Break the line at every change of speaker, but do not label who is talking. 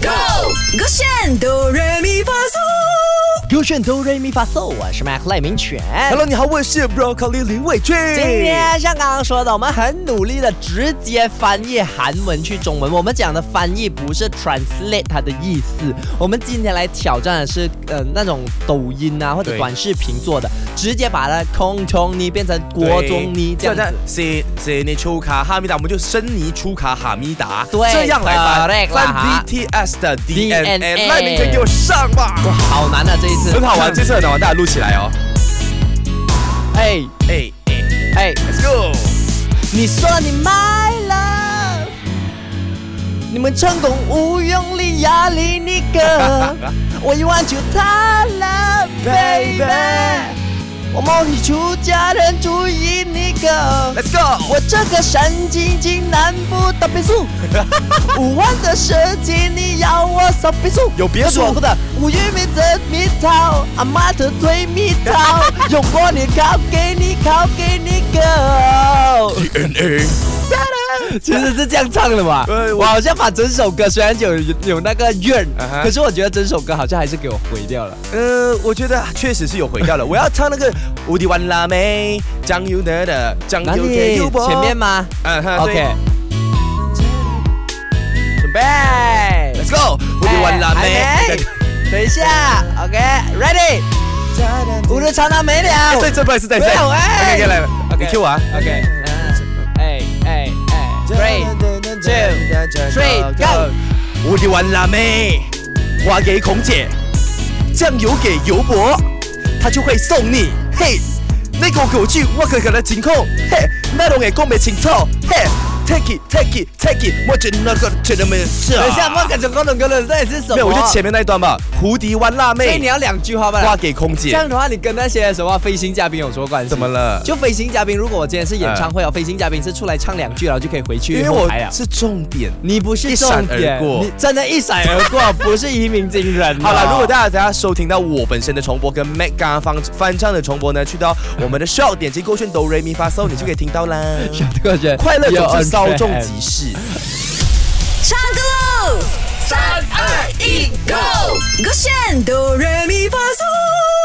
Go，勾选哆来咪发嗦。
勾选哆瑞咪发嗦，我是麦克赖明犬。
Hello，你好，我是 Broccoli 林伟俊。
今天像刚刚说的，我们很努力的直接翻译韩文去中文。我们讲的翻译不是 translate 它的意思，我们今天来挑战的是呃那种抖音啊或者
对
短视频做的，直接把它空中呢变成国中呢这样子。
塞塞尼出卡哈密达，我们就森尼出卡哈密达，
对
这样来翻
correct 啦哈
翻 BTS 的
DNA
DNA。赖明晨给我上吧，
好难啊这一次，
很好玩，这次很好玩，大家录起来哦。
哎
哎哎
哎，
，Let's go！
你说你 my love，你们成功无用力压力你哥， 我一望就他了，baby，我梦里出家人注意你哥。
Let's go！
我这个神经经南部的别 墅，五万的事情你要我扫别墅，
有别墅啊
我说的五玉米的蜜桃，阿妈的推蜜 桃，用过你烤给你烤给你狗。
DNA
其实是这样唱的嘛
对，我
我好像把整首歌虽然有有那个怨
啊哈
可是我觉得整首歌好像还是给我毁掉了。
呃，我觉得确实是有毁掉了。我要唱那个无敌完啦妹，张佑德的张
哪
佑德
里
优博
前面？吗
嗯哼对
？OK，准备。
Let's go！无敌完啦
哎还
妹
没。等一下，OK，Ready，、我的长达没了。
在这边是在这。
没有哎
OK，来，OK，你 Q 我啊。
OK，嗯哎哎哎，Three，two, three, go
无敌完啦妹，花给孔姐，酱油给尤伯，他就会送你。嘿，那个狗去我可可的情控，嘿，那种也讲没清楚，嘿，take it take it take it，我真那个真的没事。啊
等一下，莫感觉高冷高冷，这里是什么？
没有，我就前，面那一段吧。胡迪湾辣
所以你
妹，
要两句话吧。
花给空
这
姐，
样的话，你跟那些什么飞行嘉宾有什么关系？
怎么？了？
就飞行嘉宾，如果我今天是演唱会哦，飞行嘉宾是出来唱两句，然后就可以回去
因为
后啊
我
台了。
是重点。
你不是
一
重
闪而
点，
过
你真的一闪而过，不是一鸣惊人哦。
好了，如果大家等下收听到我本身的重播跟 Mac 刚刚翻翻唱的重播呢，去到我们的 Show 点击勾选哆瑞咪发嗦，你就可以听到啦。
个人
快乐总是稍纵
即。
即逝。
唱歌喽！三二一，Go！勾选哆来咪发嗦。